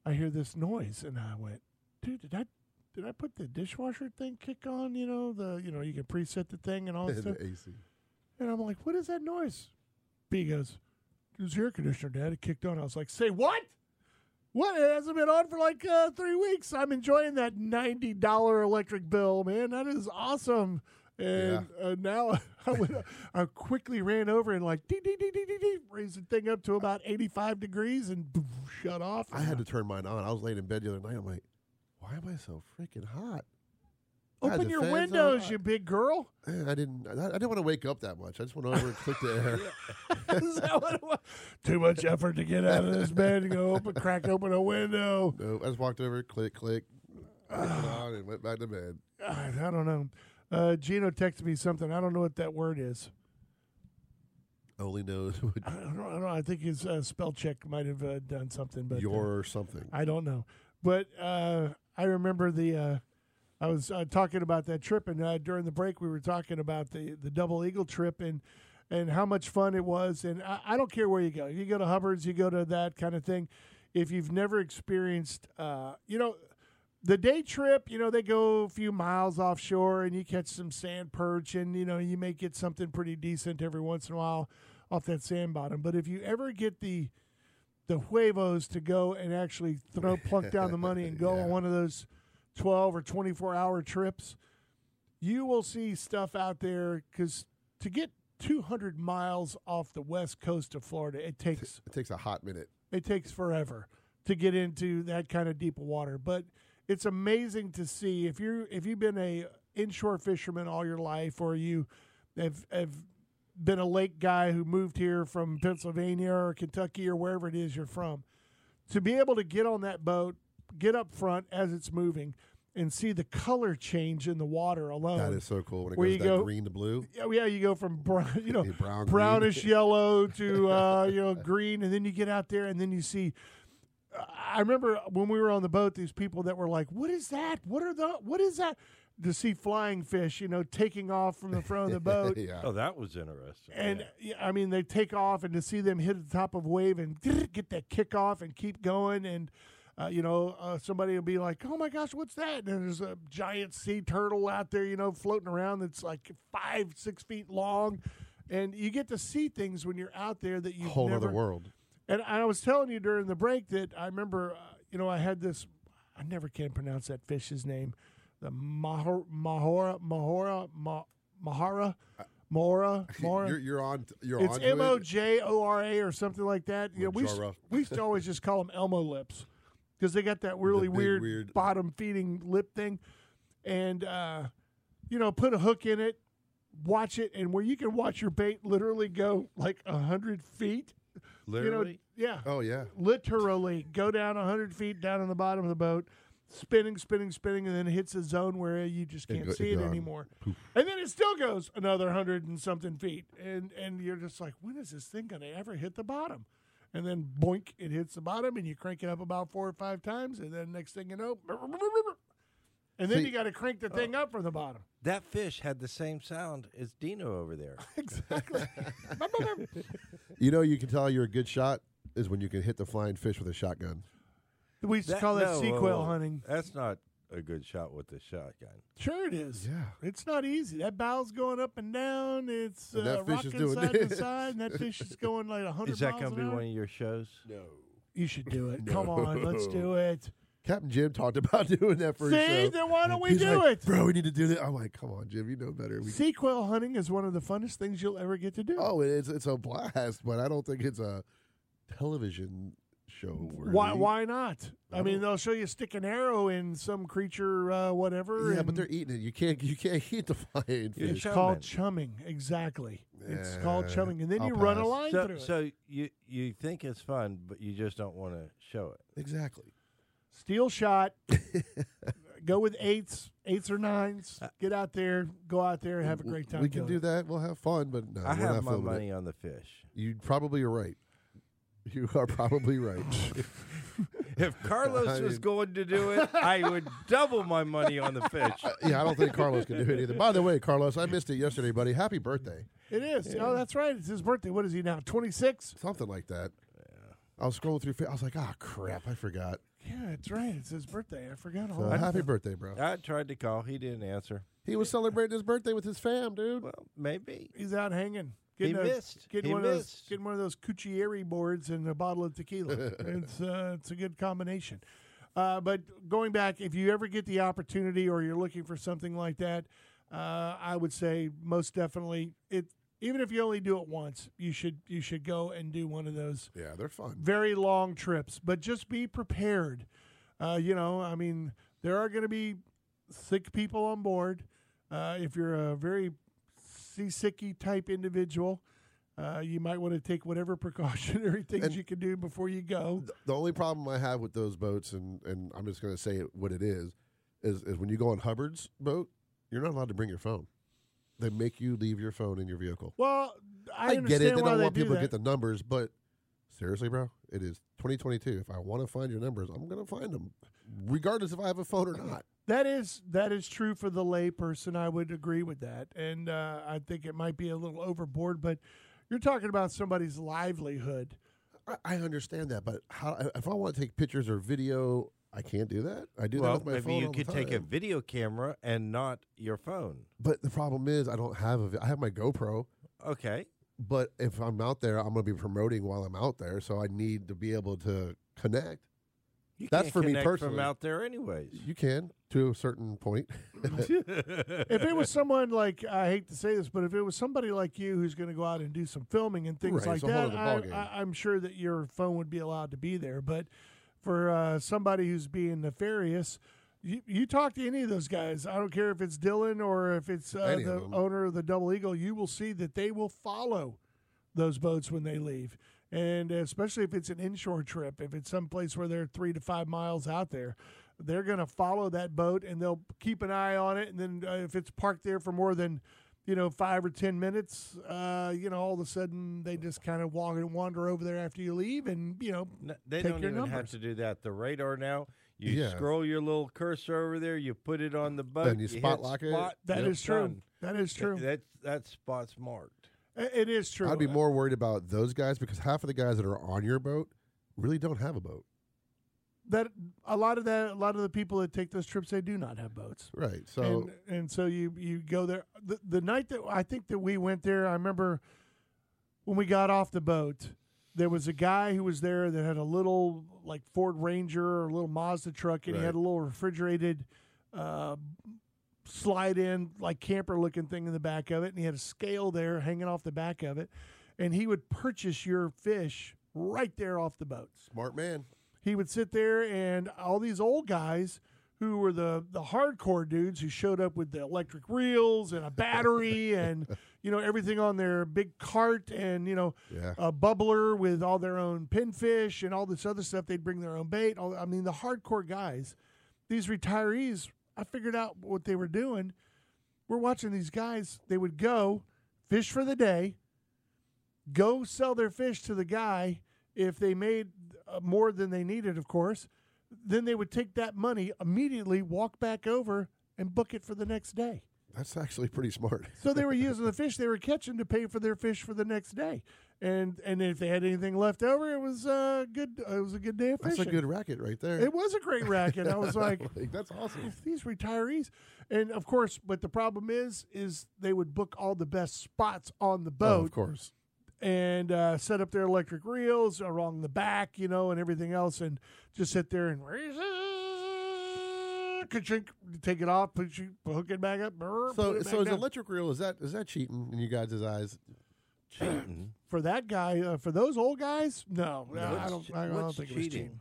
I hear this noise, and I went, "Dude, did I?" Did I put the dishwasher thing kick on? You know the you know you can preset the thing and all that
And
stuff.
the AC.
And I'm like, what is that noise? B goes, it was the air conditioner, Dad. It kicked on. I was like, say what? What? It hasn't been on for like uh, three weeks. I'm enjoying that $90 electric bill, man. That is awesome. And uh, now I, went, I quickly ran over and like, dee, dee, dee, dee, dee, dee, raised the thing up to about 85 degrees and boom, shut off.
I had to turn mine on. I was laying in bed the other night. I'm like, why am I so freaking hot? I had
open
the
your
fans on.
windows, you big girl.
Eh, I didn't. I, I didn't want to wake up that much. I just went over and clicked the air.
is that what it was? Too much effort to get out of this bed and go open, crack open a window.
No, I just walked over, click, click, put it on, and went back to bed.
I I don't know. Uh, Gino texted me something. I don't know what that word is.
Only knows
I
what
don't, I don't know. I think his uh, spell check might have uh, done something, but uh,
your something.
I don't know. But uh, I remember the. Uh, I was uh, talking about that trip, and uh, during the break, we were talking about the the double eagle trip and and how much fun it was. And I, I don't care where you go. You go to Hubbard's, you go to that kind of thing. If you've never experienced, uh, you know, the day trip, you know, they go a few miles offshore and you catch some sand perch and, you know, you may get something pretty decent every once in a while off that sand bottom. But if you ever get the the huevos to go and actually throw plunk down the money and go on
Yeah.
one of those 12 or 24 hour trips, you will see stuff out there cuz to get 200 miles off the west coast of Florida, it takes
It takes a hot minute.
it takes forever to get into that kind of deep water but it's amazing to see if you if you've been a inshore fisherman all your life or you have, have been a lake guy who moved here from pennsylvania or kentucky or wherever it is you're from to be able to get on that boat get up front as it's moving and see the color change in the water alone
That is so cool when it
Oh, Where
goes
you
that
go-
green to blue.
yeah, yeah, you go from brown, you know,
Yeah, brown, green.
brownish yellow to uh, you know green, and then you get out there, and then you see. I remember when we were on the boat, these people that were like, "What is that? What are the? What is that?" To see flying fish, you know, taking off from the front of the boat,
yeah.
Oh, that was interesting.
and yeah, I mean, they take off, and to see them hit the top of a wave and get that kick off and keep going, and uh, you know, uh, somebody will be like, "Oh my gosh, what's that?" And there's a giant sea turtle out there, you know, floating around that's like five, six feet long, and you get to see things when you're out there that you
Whole
never,
other world.
and I was telling you during the break that I remember, uh, you know, I had this. I never can pronounce that fish's name. The mahor, mahora, mahora, ma, mahara, mora, mora.
You're, you're on. You're
It's
on.
M O J O R A or something like that. You know, we used,
Mojora.
we used to always just call them Elmo lips because they got that really
big,
weird,
weird-
bottom feeding lip thing, and uh, you know, put a hook in it, watch it, and where you can watch your bait literally go like a hundred feet.
Literally.
You know, yeah,
Oh yeah.
literally go down a hundred feet down in the bottom of the boat, spinning, spinning, spinning, and then hits a zone where you just
It
can't
go- it
see it
gone.
anymore. And then it still goes another hundred and something feet, and and you're just like, when is this thing going to ever hit the bottom? And then boink, it hits the bottom, and you crank it up about four or five times, and then next thing you know, and then
See- uh,
you got to crank the thing up from the bottom.
That fish had the same sound as Dino over there.
Exactly.
You know, you can tell you're a good shot is when you can hit the flying fish with a shotgun.
we used to call that
no, uh,
sea
whoa,
quail
whoa.
hunting.
That's not a good shot with the shotgun.
Sure, it is.
Yeah.
It's not easy. That bow's going up and down. It's
And that
uh,
fish is
rocking
doing
side to
this.
side, and that fish is going like 100
Is that
miles
going to
an
be
hour.
one of your shows?
No.
You should do it. Come on, let's do it.
Captain Jim talked about doing that for his
See?
show.
Then why don't we
He's
do
like,
it?
Bro, we need to do that. I'm like, come on, Jim, you know better. We,
Sea quail hunting is one of the funnest things you'll ever get to do.
oh, it's it's a blast, but I don't think it's a television show.
why?
worthy.
Why not? I,
I
mean,
don't-
they'll show you stick an arrow in some creature, uh, whatever.
Yeah, but
and
they're eating it. You can't you can't eat the flying
Yeah,
fish.
sure.
it's called chumming. Exactly. It's called
Yeah,
chumming, and then
I'll
you run a
pass.
line
So,
through it.
so you you think it's fun, but you just don't want to show it.
Exactly.
Steel shot. go with eights, eights or nines.
Uh,
Get out there. Go out there. Have a great time.
We can
doing
do
it.
that. We'll have fun, but no, we're
I have
not
my
filming
money
It.
on the fish.
You probably are right. You are probably right.
If Carlos
I
was
mean-
going to do it, I would double my money on the fish.
yeah, I don't think Carlos can do it either. By the way, Carlos, I missed it yesterday, buddy. Happy birthday.
It is. Oh, that's right. It's his birthday. What is he now? Twenty six.
Something like that. I was scrolling through. fa- I was like, ah, crap, I forgot.
Yeah, that's right. It's his birthday. Oh, I forgot. all
So,
about
happy
that.
birthday, bro.
I tried to call, he didn't answer.
He was celebrating his birthday with his fam, dude.
Well, maybe.
He's out hanging.
He
a-
missed.
Getting
He
one of those.
missed.
Getting one of those cucchieri boards and a bottle of tequila. it's uh, it's a good combination. Uh, but going back, if you ever get the opportunity or you're looking for something like that, uh, I would say most definitely it. Even if you only do it once, you should you should go and do one of those
Yeah, they're fun.
very long trips, but just be prepared. Uh, you know, I mean, there are going to be sick people on board. Uh, if you're a very seasicky type individual, uh, you might want to take whatever precautionary things
And-
you can do before you go.
Th- The only problem I have with those boats, and, and I'm just going to say it, what it is, is, is when you go on Hubbard's boat, you're not allowed to bring your phone. They make you leave your phone in your vehicle.
Well, I, understand
get it. They
why
don't
they
want
do
people
that.
to get the numbers, but seriously, bro, it is 2022. If I want to find your numbers, I'm going to find them, regardless if I have a phone or not.
That is that is true for the layperson. I would agree with that, and uh, I think it might be a little overboard. But you're talking about somebody's livelihood.
I- I understand that, but how if I want to take pictures or video, I can't do that. I do
well,
that with my
maybe
phone.
you
all the
could take a
time.
video camera and not your phone.
But the problem is, I don't have a. vi- I have my GoPro,
Okay.
but if I'm out there, I'm going to be promoting while I'm out there, so I need to be able to connect.
You
That's
can't
for me
connect
personally.
From out there, anyways.
You can to a certain point.
if it was someone like I hate to say this, but if it was somebody like you who's going to go out and do some filming and things like
Right, it's a whole
that,
other ballgame.
I, I, I'm sure that your phone would be allowed to be there. But for uh, somebody who's being nefarious, you, you talk to any of those guys. I don't care if it's Dylan or if it's uh,
Any of
the
them.
owner of the Double Eagle. You will see that they will follow those boats when they leave. And especially if it's an inshore trip, if it's someplace where they're three to five miles out there, they're going to follow that boat and they'll keep an eye on it. And then uh, if it's parked there for more than, you know, five or 10 minutes, uh, you know, all of a sudden they just kind of walk and wander over there after you leave. And, you know,
N- they
Take
don't
your
even have
numbers.
to do that. The radar now, you
Yeah.
scroll your little cursor over there, you put it on the boat,
And you
hit
spot lock it.
spot,
that is
it's
true.
done.
That is true.
Th- That, that spot's marked.
I- it is true.
I'd be more worried about those guys because half of the guys that are on your boat really don't have a boat.
that a lot of that, a lot of the people that take those trips, they do not have boats.
Right. So
and, and so you you go there the, the night that I think that we went there. I remember when we got off the boat, there was a guy who was there that had a little like Ford Ranger or a little Mazda truck, and he
Right.
had a little refrigerated uh, slide in like camper looking thing in the back of it, and he had a scale there hanging off the back of it, and he would purchase your fish right there off the boat
smart man.
he would sit there and all these old guys who were the the hardcore dudes who showed up with the electric reels and a battery and you know everything on their big cart and you know
Yeah.
a bubbler with all their own pinfish and all this other stuff they'd bring their own bait all, i mean the hardcore guys these retirees, I figured out what they were doing. We're watching these guys. They would go fish for the day, go sell their fish to the guy if they made uh, more than they needed, of course. Then they would take that money immediately, walk back over, and book it for the next day.
That's actually pretty smart.
So they were using the fish they were catching to pay for their fish for the next day, and and if they had anything left over, it was uh, good. It was a good day of fishing.
That's a good racket right there.
It was a great racket. I was like,
that's awesome.
these retirees, and of course, but the problem is, is they would book all the best spots on the
Oh,
boat
of course.
and uh, set up their electric reels along the back, you know, and everything else, and just sit there and ka-chink, take it off, put you, hook it back up. brr, put
So,
it
so
back
is
down.
electric reel is that is that cheating in you guys' eyes?
Cheating.
for that guy, uh, for those old guys, no,
No.
I
What's
don't,
che-
I don't
what's
think it was
cheating?
cheating.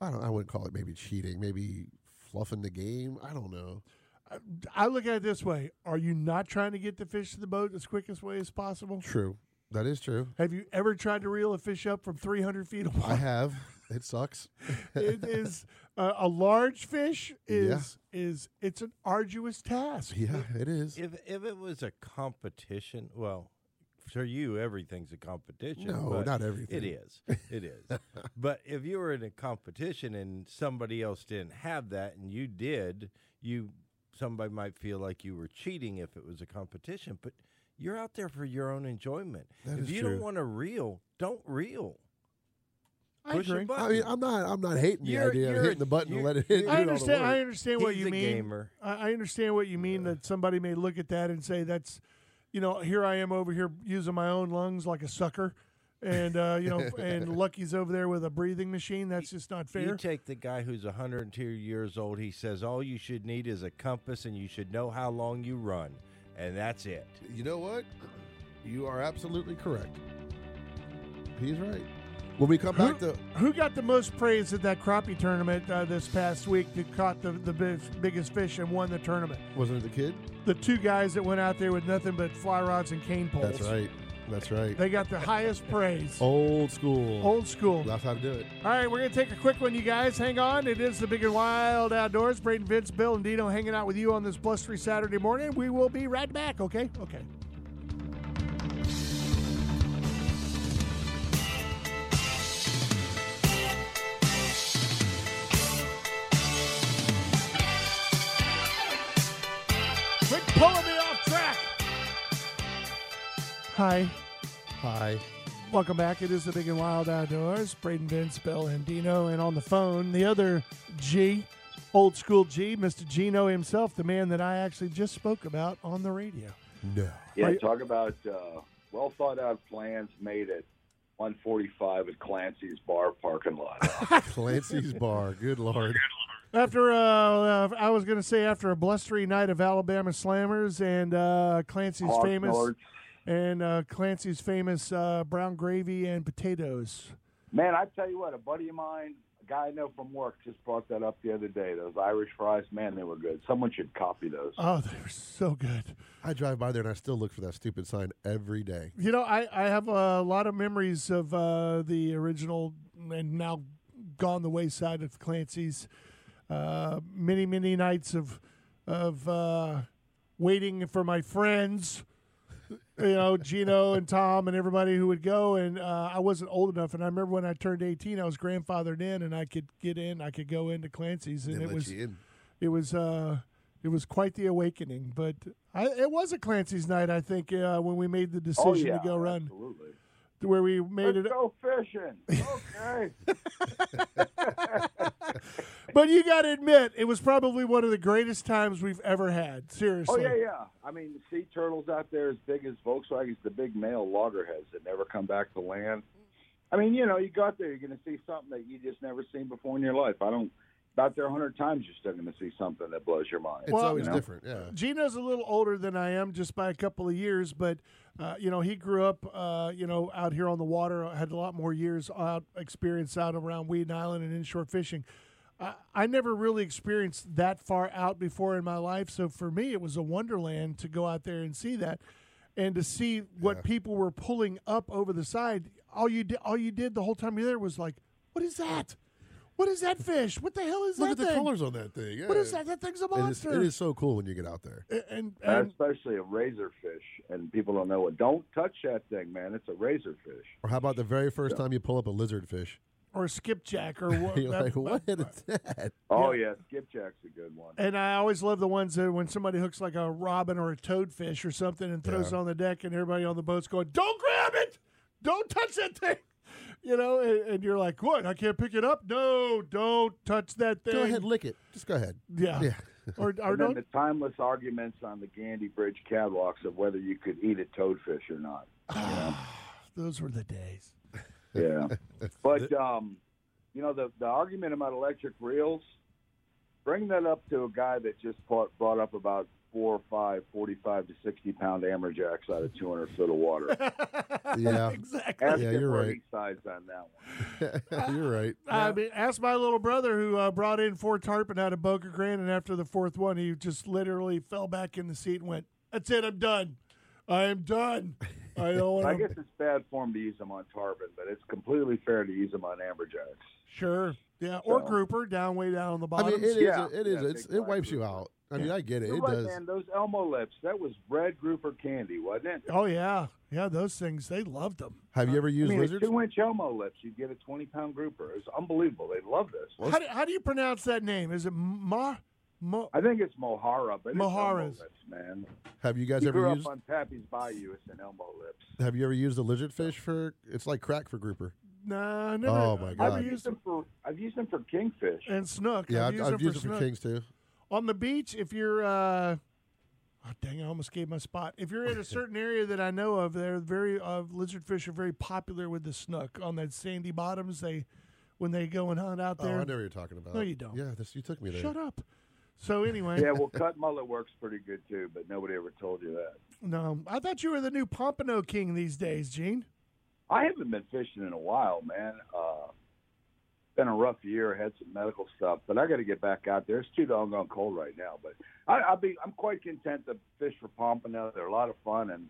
I don't. I wouldn't call it maybe cheating. Maybe fluffing the game. I don't know.
I look at it this way: Are you not trying to get the fish to the boat as quickest way as possible?
True. That is true.
Have you ever tried to reel a fish up from 300 feet
I
away?
have. It sucks.
it is uh, a large fish
Yeah.
is is it's an arduous task.
Yeah, it is.
If if it was a competition, well, for you everything's a competition.
No,
but
not everything.
It is. It is. but if you were in a competition and somebody else didn't have that and you did, you somebody might feel like you were cheating if it was a competition, but you're out there for your own enjoyment.
That
if
is
you
true.
don't want to reel, don't reel.
I
Push
agree.
a button.
I mean, I'm not. I'm not hating the
You're-
idea of
you're-
hitting the button and
you're-
let it hit.
I
do
I
all the
understand. I
work.
understand what
He's
you
a
mean.
gamer.
I, I understand what you mean that somebody may look at that and say that's, you know, here I am over here using my own lungs like a sucker, and uh, you know, and Lucky's over there with a breathing machine. That's just not
You
fair.
take the guy who's 102 years old. He says all you should need is a compass, and you should know how long you run, and that's it.
You know what? You are absolutely correct. He's right. When we come back to
Who got the most praise at that crappie tournament uh, this past week? That caught the the big, biggest fish and won the tournament.
wasn't it the kid?
The two guys that went out there with nothing but fly rods and cane poles.
That's right. That's right.
They got the highest praise.
Old school.
Old school.
That's how to do it.
All right, we're going to take a quick one, you guys. Hang on. It is the Big and Wild Outdoors. Braden, Vince, Bill, and Dino hanging out with you on this blustery Saturday morning. We will be right back, okay? Okay. Quit pulling me off track. Hi.
Hi.
Welcome back. It is the Big and Wild Outdoors. Braden Vince, Bill, and Dino, and on the phone, the other G, old school G, Mr. Gino himself, the man that I actually just spoke about on the radio.
No.
Yeah,
Are you-
talk about uh, well thought out plans made at 145 at Clancy's bar parking lot.
Clancy's bar. Good lord.
After, uh, uh, I was going to say, after a blustery night of Alabama Slammers and uh, Clancy's
Hawk
famous
North.
and uh, Clancy's famous uh, brown gravy and potatoes.
Man, I tell you what, a buddy of mine, a guy I know from work, just brought that up the other day. Those Irish fries, man, they were good. Someone should copy those.
Oh, they're so good.
I drive by there and I still look for that stupid sign every day.
You know, I, I have a lot of memories of uh, the original and now gone the wayside of Clancy's. Uh, many many nights of of uh, waiting for my friends, you know, Gino and Tom and everybody who would go. And uh, I wasn't old enough. And I remember when I turned eighteen, I was grandfathered in, and I could get in. I could go into Clancy's, and
They
it
let
was
you in.
it was uh it was quite the awakening but I, it was a clancy's night i think uh, when we made the decision
oh, yeah,
to go run
Absolutely.
to where we made
Let's
it
go fishing. Okay.
but you got to admit it was probably one of the greatest times we've ever had seriously
oh, yeah, yeah. I mean, the sea turtles out there as big as Volkswagens, the big male loggerheads that never come back to land. I mean, you know, you got there, you're going to see something that you just never seen before in your life. I don't, about there a 100 times, you're still going to see something that blows your mind.
It's
Well,
always
you know.
different. Yeah.
Gino's a little older than I am, just by a couple of years, but uh, you know he grew up, uh, you know, out here on the water. uh, Had a lot more years out experience out around Weed Island and inshore fishing. I, I never really experienced that far out before in my life, so for me it was a wonderland to go out there and see that, and to see what
Yeah.
people were pulling up over the side. All you did, all you did the whole time you were there was like, what is that? What is that fish? What the hell is
Look
that
at the
thing?
colors on that thing.
What is
yeah.
that? That thing's a
It is,
monster.
it is so cool when you get out there.
A- And,
Uh,
and
especially a razorfish, and people don't know it. Don't touch that thing, man. It's a razorfish.
Or how about the very first time you pull up a lizard fish?
or skipjack or what?
You're
that- uh,
like, what is that?
Oh yeah, skipjack's a good one.
And I always love the ones that when somebody hooks like a robin or a toadfish or something and throws it on the deck, and everybody on the boat's going, "Don't grab it! Don't touch that thing!" You know, and, and you're like, "What? I can't pick it up? No, don't touch that thing!"
Go ahead, lick it. Just go ahead.
yeah.
Yeah.
Or, or
and then
don't.
the timeless arguments on the Gandy Bridge catwalks of whether you could eat a toadfish or not.
Those were the days.
Yeah. but um, you know the the argument about electric reels. Bring that up to a guy that just bought, brought up about four or five, 45 to 60 pound amberjacks out of 200 foot of water.
Yeah.
exactly.
Ask
Yeah,
him
you're
where
right.
he sides on that one.
You're right.
I mean, ask my little brother who uh, brought in four tarpon out of Boca Grande, and after the fourth one, he just literally fell back in the seat and went, "That's it. I'm done. I am done. I don't
I
want
guess
to."
it's bad form to use them on tarpon, but it's completely fair to use them on amberjacks.
Sure. Yeah. Or
So-
grouper down way down on the
I
bottom.
mean, it is.
Yeah.
It is.
Yeah,
it's,
big
it
black
wipes you
grouper.
out. I mean, I get it.
You're
It
right,
does.
man. Those Elmo lips, that was red grouper candy, wasn't it?
oh yeah, yeah. Those things they loved them.
Have you ever
I
used
mean, a
lizards?
two inch Elmo lips, you'd get a 20 pound grouper. It's unbelievable. They love this.
How do, how do you pronounce that name? Is it Ma? Ma?
I think it's Mohara, but it's Elmo
Mojaras.
lips, man.
Have you guys
You
ever
grew
used?
up on Pappy's Bayou. It's an Elmo lips.
Have you ever used a lizard fish for? It's like crack for grouper.
No, I never.
Oh, my God.
I've
I've
used
used
them
them for I've used them for kingfish.
and snook.
Yeah,
I've used, them, for
it for
snook.
kings too.
on the beach if you're uh oh, dang i almost gave my spot if you're in a certain area that i know of they're very uh, lizardfish are very popular with the snook on that sandy bottoms they when they go and hunt out
Oh, I
there
know what you're talking about.
No, you don't.
Yeah, this you took me there.
shut up so anyway
Yeah, well, cut mullet works pretty good too, but nobody ever told you that.
no i thought you were the new pompano king these days gene
I haven't been fishing in a while, man. Uh, been a rough year. Had some medical stuff, but I got to get back out there. It's too doggone cold right now, but I, I'll be. I'm quite content to fish for pompano. They're a lot of fun, and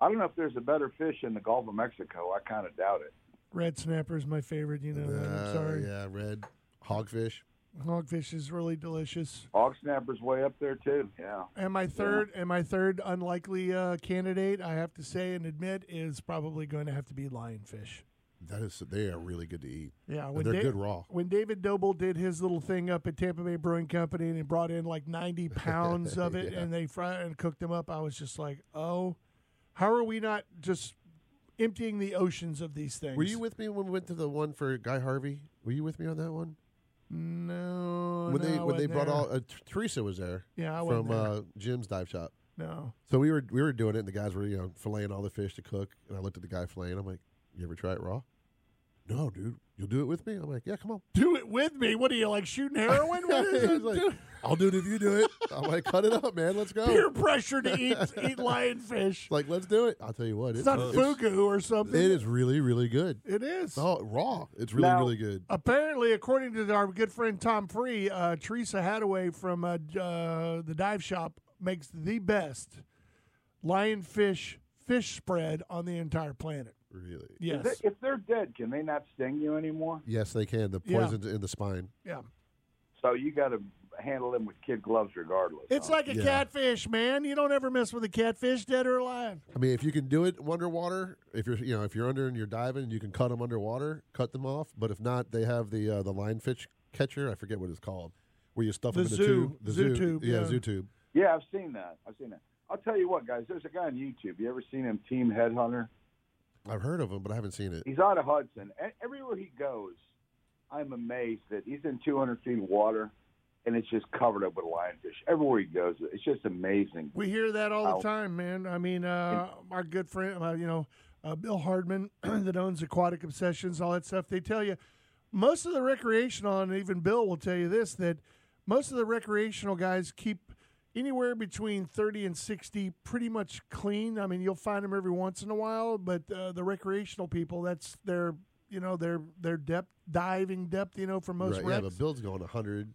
I don't know if there's a better fish in the Gulf of Mexico. I kind of doubt it.
red snapper is my favorite you know that. i'm
Uh,
sorry
Yeah, red hogfish.
hogfish is really delicious
Hog snapper's way up there too. Yeah.
and my third and my third unlikely uh, candidate i have to say and admit is probably going to have to be lionfish
That is, they are really good to eat.
Yeah,
And
when
they're
Da-
good raw.
When David Noble did his little thing up at Tampa Bay Brewing Company and he brought in like ninety pounds of it
Yeah.
and they fried and cooked them up, I was just like, oh, how are we not just emptying the oceans of these things?
Were you with me when we went to the one for Guy Harvey? Were you with me on that one?
no?
when
Oh, no,
they
I
when they
wasn't
brought
there.
all uh, Th- Teresa was there.
Yeah, I wasn't
from
there.
Uh, Jim's dive shop.
no.
So we were we were doing it, and the guys were you know filleting all the fish to cook, and I looked at the guy filleting. I'm like, "You ever try it raw?" No, dude. You'll do it with me. I'm like, "Yeah, come on."
Do it with me. What are you like shooting heroin? What is
He's
it?
like,
Dude,
"I'll do it if you do it." I'm like, "Cut it up, man. Let's go."
Peer pressure to eat eat lionfish.
It's like, let's do it. I'll tell you what. It's,
It's not
it's-
fugu or something.
It is really really good.
It is.
Oh, raw. It's really
Now-
really good.
Apparently, according to our good friend Tom Free, uh, Teresa Hadaway from uh, d- uh, the dive shop makes the best lionfish fish spread on the entire planet.
Really.
Is
Yes.
it- if they're dead, can they not sting you anymore?
Yes, they can. The
Yeah.
poison's in the spine.
Yeah.
So you got to handle them with kid gloves, regardless.
It's
huh?
like a
Yeah.
catfish, man. You don't ever mess with a catfish, dead or alive.
I mean, if you can do it underwater, if you're you know if you're under and you're diving, you can cut them underwater, cut them off. But if not, they have the uh, the line fish catcher. I forget what it's called, where you stuff
The
them in
zoo-
a tube. The
zoo tube,
Yeah,
yeah.
zoo tube.
Yeah, I've seen that. I've seen that. I'll tell you what, guys. There's a guy on YouTube. You ever seen him, Team Headhunter?
I've heard of them, but I haven't seen it.
He's out of Hudson. And everywhere he goes, I'm amazed that he's in 200 feet of water, and it's just covered up with lionfish. Everywhere he goes, it's just amazing.
We hear that all
Wow.
the time, man. I mean, uh, our good friend, uh, you know, uh, Bill Hardman, that owns Aquatic Obsessions, all that stuff. They tell you most of the recreational, and even Bill will tell you this that most of the recreational guys keep anywhere between thirty and sixty pretty much clean. I mean, you'll find them every once in a while, but uh, the recreational people, that's their you know their their depth diving depth. You know, for most
right, yeah,
recs.
but Bill's going 100.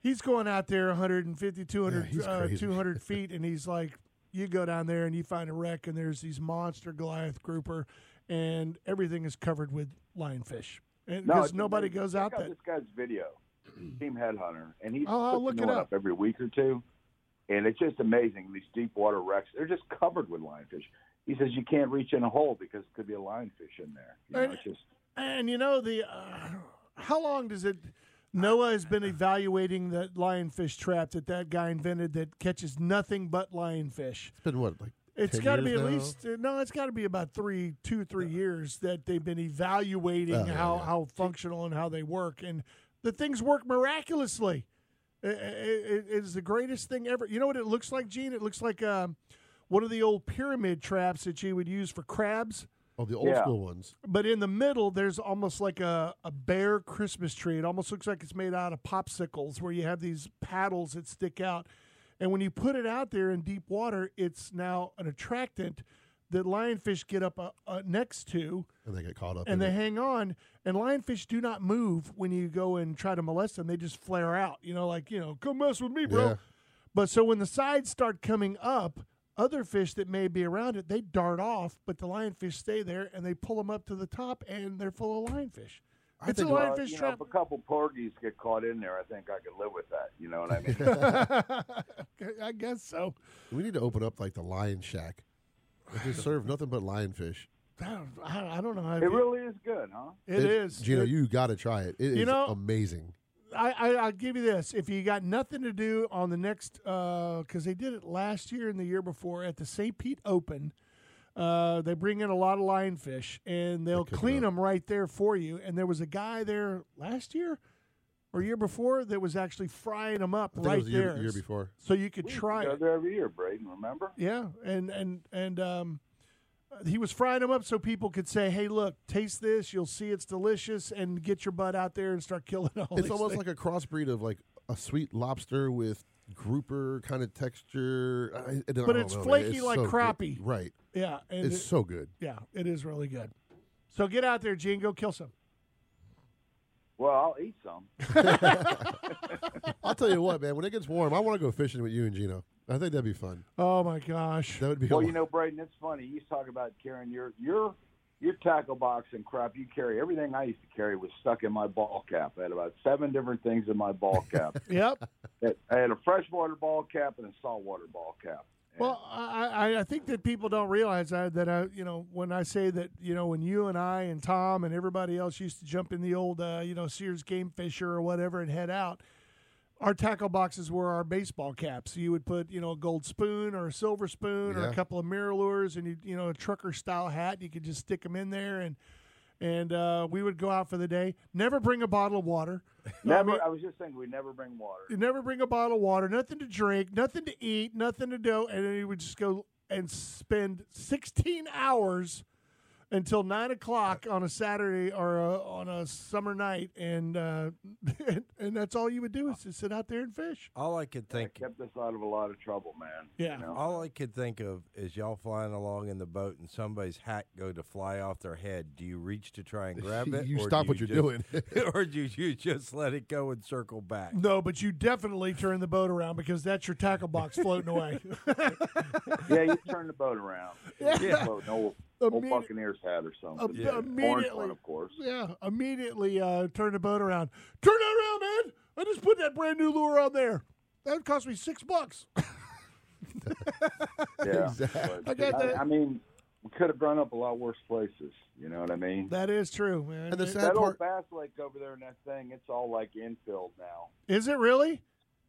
He's going out there 150, 200,
Yeah, he's
uh,
crazy.
200 feet, and he's like, you go down there and you find a wreck, and there's these monster Goliath grouper, and everything is covered with lionfish. And
No,
because
it's
nobody
amazing.
goes
Check
out that.
this guy's video, Team Headhunter, and he's
Oh, I'll
putting
look it
one
up.
up. every week or two, and it's just amazing. These deep water wrecks, they're just covered with lionfish. He says you can't reach in a hole because it could be a lionfish in there. You know, it's just
And you know the uh, how long does it? Noah has been evaluating that lionfish trap that that guy invented that catches nothing but lionfish.
It's been what like
It's
10
got to be
years
at
now?
least uh, no, it's got to be about three, two, three years that they've been evaluating
Oh, yeah,
how
yeah.
how functional and how they work, and the things work miraculously. I- I- I- it is the greatest thing ever. You know what it looks like, Gene? It looks like um, one of the old pyramid traps that you would use for crabs
oh the old
Yeah.
school ones.
but in the middle there's almost like a, a bare christmas tree it almost looks like it's made out of popsicles where you have these paddles that stick out and when you put it out there in deep water it's now an attractant that lionfish get up uh, uh, next to
And they get caught up.
and
in
they
it.
hang on and lionfish do not move when you go and try to molest them they just flare out you know like you know come mess with me bro
Yeah.
but so when the sides start coming up, other fish that may be around it, they dart off, but the lionfish stay there and they pull them up to the top and they're full of lionfish.
I
It's a
think-
Well,
lionfish
you know,
trap.
if a couple porgies get caught in there, I think I could live with that. You know what I mean?
Okay, I guess so.
we need to open up like the Lion Shack. They just serve nothing but lionfish.
I don't, I I don't know. How
it really is good, huh?
it is.
Gino.
It-
you got to try it. It is
You know-
amazing.
I, I, I'll give you this. If you got nothing to do on the next, because they did it last year and the year before at the St. Pete Open, uh, they bring in a lot of lionfish and they'll
cook 'em
clean
up.
them right there for you. And there was a guy there last year or year before that was actually frying them up
I think
right
it was the year,
there,
year before.
so you could
We used to
try
go
it.
there every year, Braden. Remember?
Yeah, and and and um, he was frying them up so people could say, "Hey, look, taste this. You'll see it's delicious." And get your butt out there and start killing all.
It's
these
almost
things.
like a crossbreed of like a sweet lobster with grouper kind of texture. I, I don't
But it's
know, man.
flaky like
so good.
crappie.
Right.
yeah, and
It's
it-
so good.
Yeah, it is really good. So get out there, Gene. Go kill some.
Well, I'll eat some.
I'll tell you what, man. When it gets warm, I want to go fishing with you and Gino. I think that'd be fun.
Oh my gosh.
That would be. a
Well,
lot.
you know, Braden, it's funny. You talk about carrying your your your tackle box and crap you carry. Everything I used to carry was stuck in my ball cap. I had about seven different things in my ball cap.
Yep.
I had a freshwater ball cap and a saltwater ball cap. And
Well, I, I- I think that people don't realize that, that I, you know, when I say that, you know, when you and I and Tom and everybody else used to jump in the old, uh, you know, Sears Game Fisher or whatever and head out, our tackle boxes were our baseball caps. You would put, you know, a gold spoon or a silver spoon or a
Yeah.
couple of mirror lures and you, you know, a trucker style hat. and You could just stick them in there and, and uh, we would go out for the day. Never bring a bottle of water.
never. I,
mean-
was just saying we never bring water.
You never bring a bottle of water, nothing to drink, nothing to eat, nothing to do, and then you would just go and spend 16 hours until nine o'clock on a Saturday or uh on a summer night, and uh, and, that's all you would do is just sit out there and fish.
All I could
It
think,
kept us out of a lot of trouble, man.
Yeah.
You know?
all I could think of is y'all flying along in the boat and somebody's hat go to fly off their head. Do you reach to try and grab it?
You
or do
stop what
you
you're
just- or do you just let it go and circle back?
No, but you definitely turn the boat around because that's your tackle box floating away.
yeah, you turn the boat around. Yeah. Boat, an old, old
Immediate-
Buccaneers hat or something.
Ab-
Orange
immediately.
one, of course.
yeah, immediately uh, turn the boat around. Turn that around, man! I just put that brand new lure on there. That cost me six bucks.
Yeah.
Exactly.
But,
I got that.
I mean, we could have grown up a lot worse places. You know what I mean?
That is true, man.
And the sad
that
part,
old Bass Lake over there in that thing, it's all like infield now.
Is it really?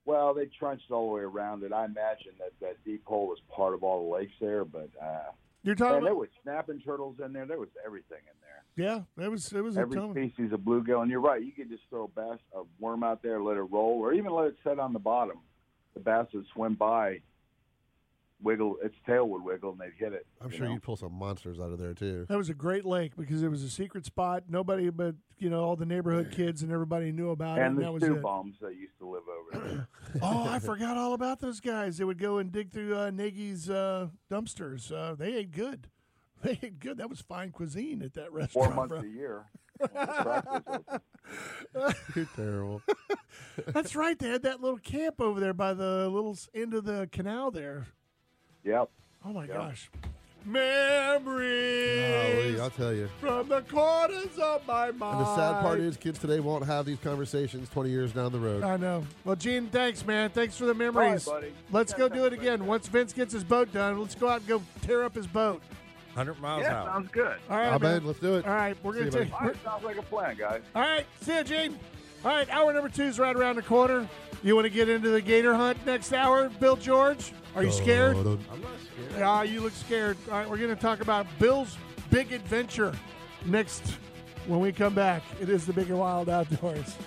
Well, they trenched all the way around it. I imagine that that deep hole was part of all the lakes there, but uh,
You're talking
man, there
about?
was snapping turtles in there. There was everything in there.
Yeah, that was it was a
Every
ton.
species of bluegill, and you're right. You could just throw a bass, a worm out there, let it roll, or even let it sit on the bottom. The bass would swim by, wiggle its tail would wiggle, and they'd hit it.
I'm
you
sure
know?
you'd pull some monsters out of there too.
That was a great lake because it was a secret spot. Nobody but you know all the neighborhood kids and everybody knew about it.
And
And
the
that was
stew
it.
bombs that used to live over there.
Oh, I forgot all about those guys. They would go and dig through uh, Nagy's uh, dumpsters. Uh, they ate good. They ate good. That was fine cuisine at that
Four
restaurant.
months
bro.
a year. Well, the track was open.
You're terrible.
That's right. They had that little camp over there by the little s- end of the canal there.
Yep.
Oh my
Yeah.
gosh. memories
Golly, Ah, I'll tell you.
from the corners of my mind.
And the sad part is, kids today won't have these conversations 20 years down the road.
I know. Well, Gene, thanks, man. Thanks for the memories.
All right, buddy.
Let's
Yeah,
go do it
thanks,
again.
man.
Once Vince gets his boat done, let's go out and go tear up his boat.
100 miles
Yeah,
out.
sounds good.
All right,
Amen.
man.
Let's do it.
All right, we're
See
gonna take.
you, buddy.
All right, sounds like a plan, guys.
All right, see ya, Gene. All right, hour number two is right around the corner. You want to get into the gator hunt next hour, Bill George? Are you scared?
I'm not scared.
Ah, you look scared. All right, we're going to talk about Bill's big adventure next when we come back. It is the big and wild outdoors.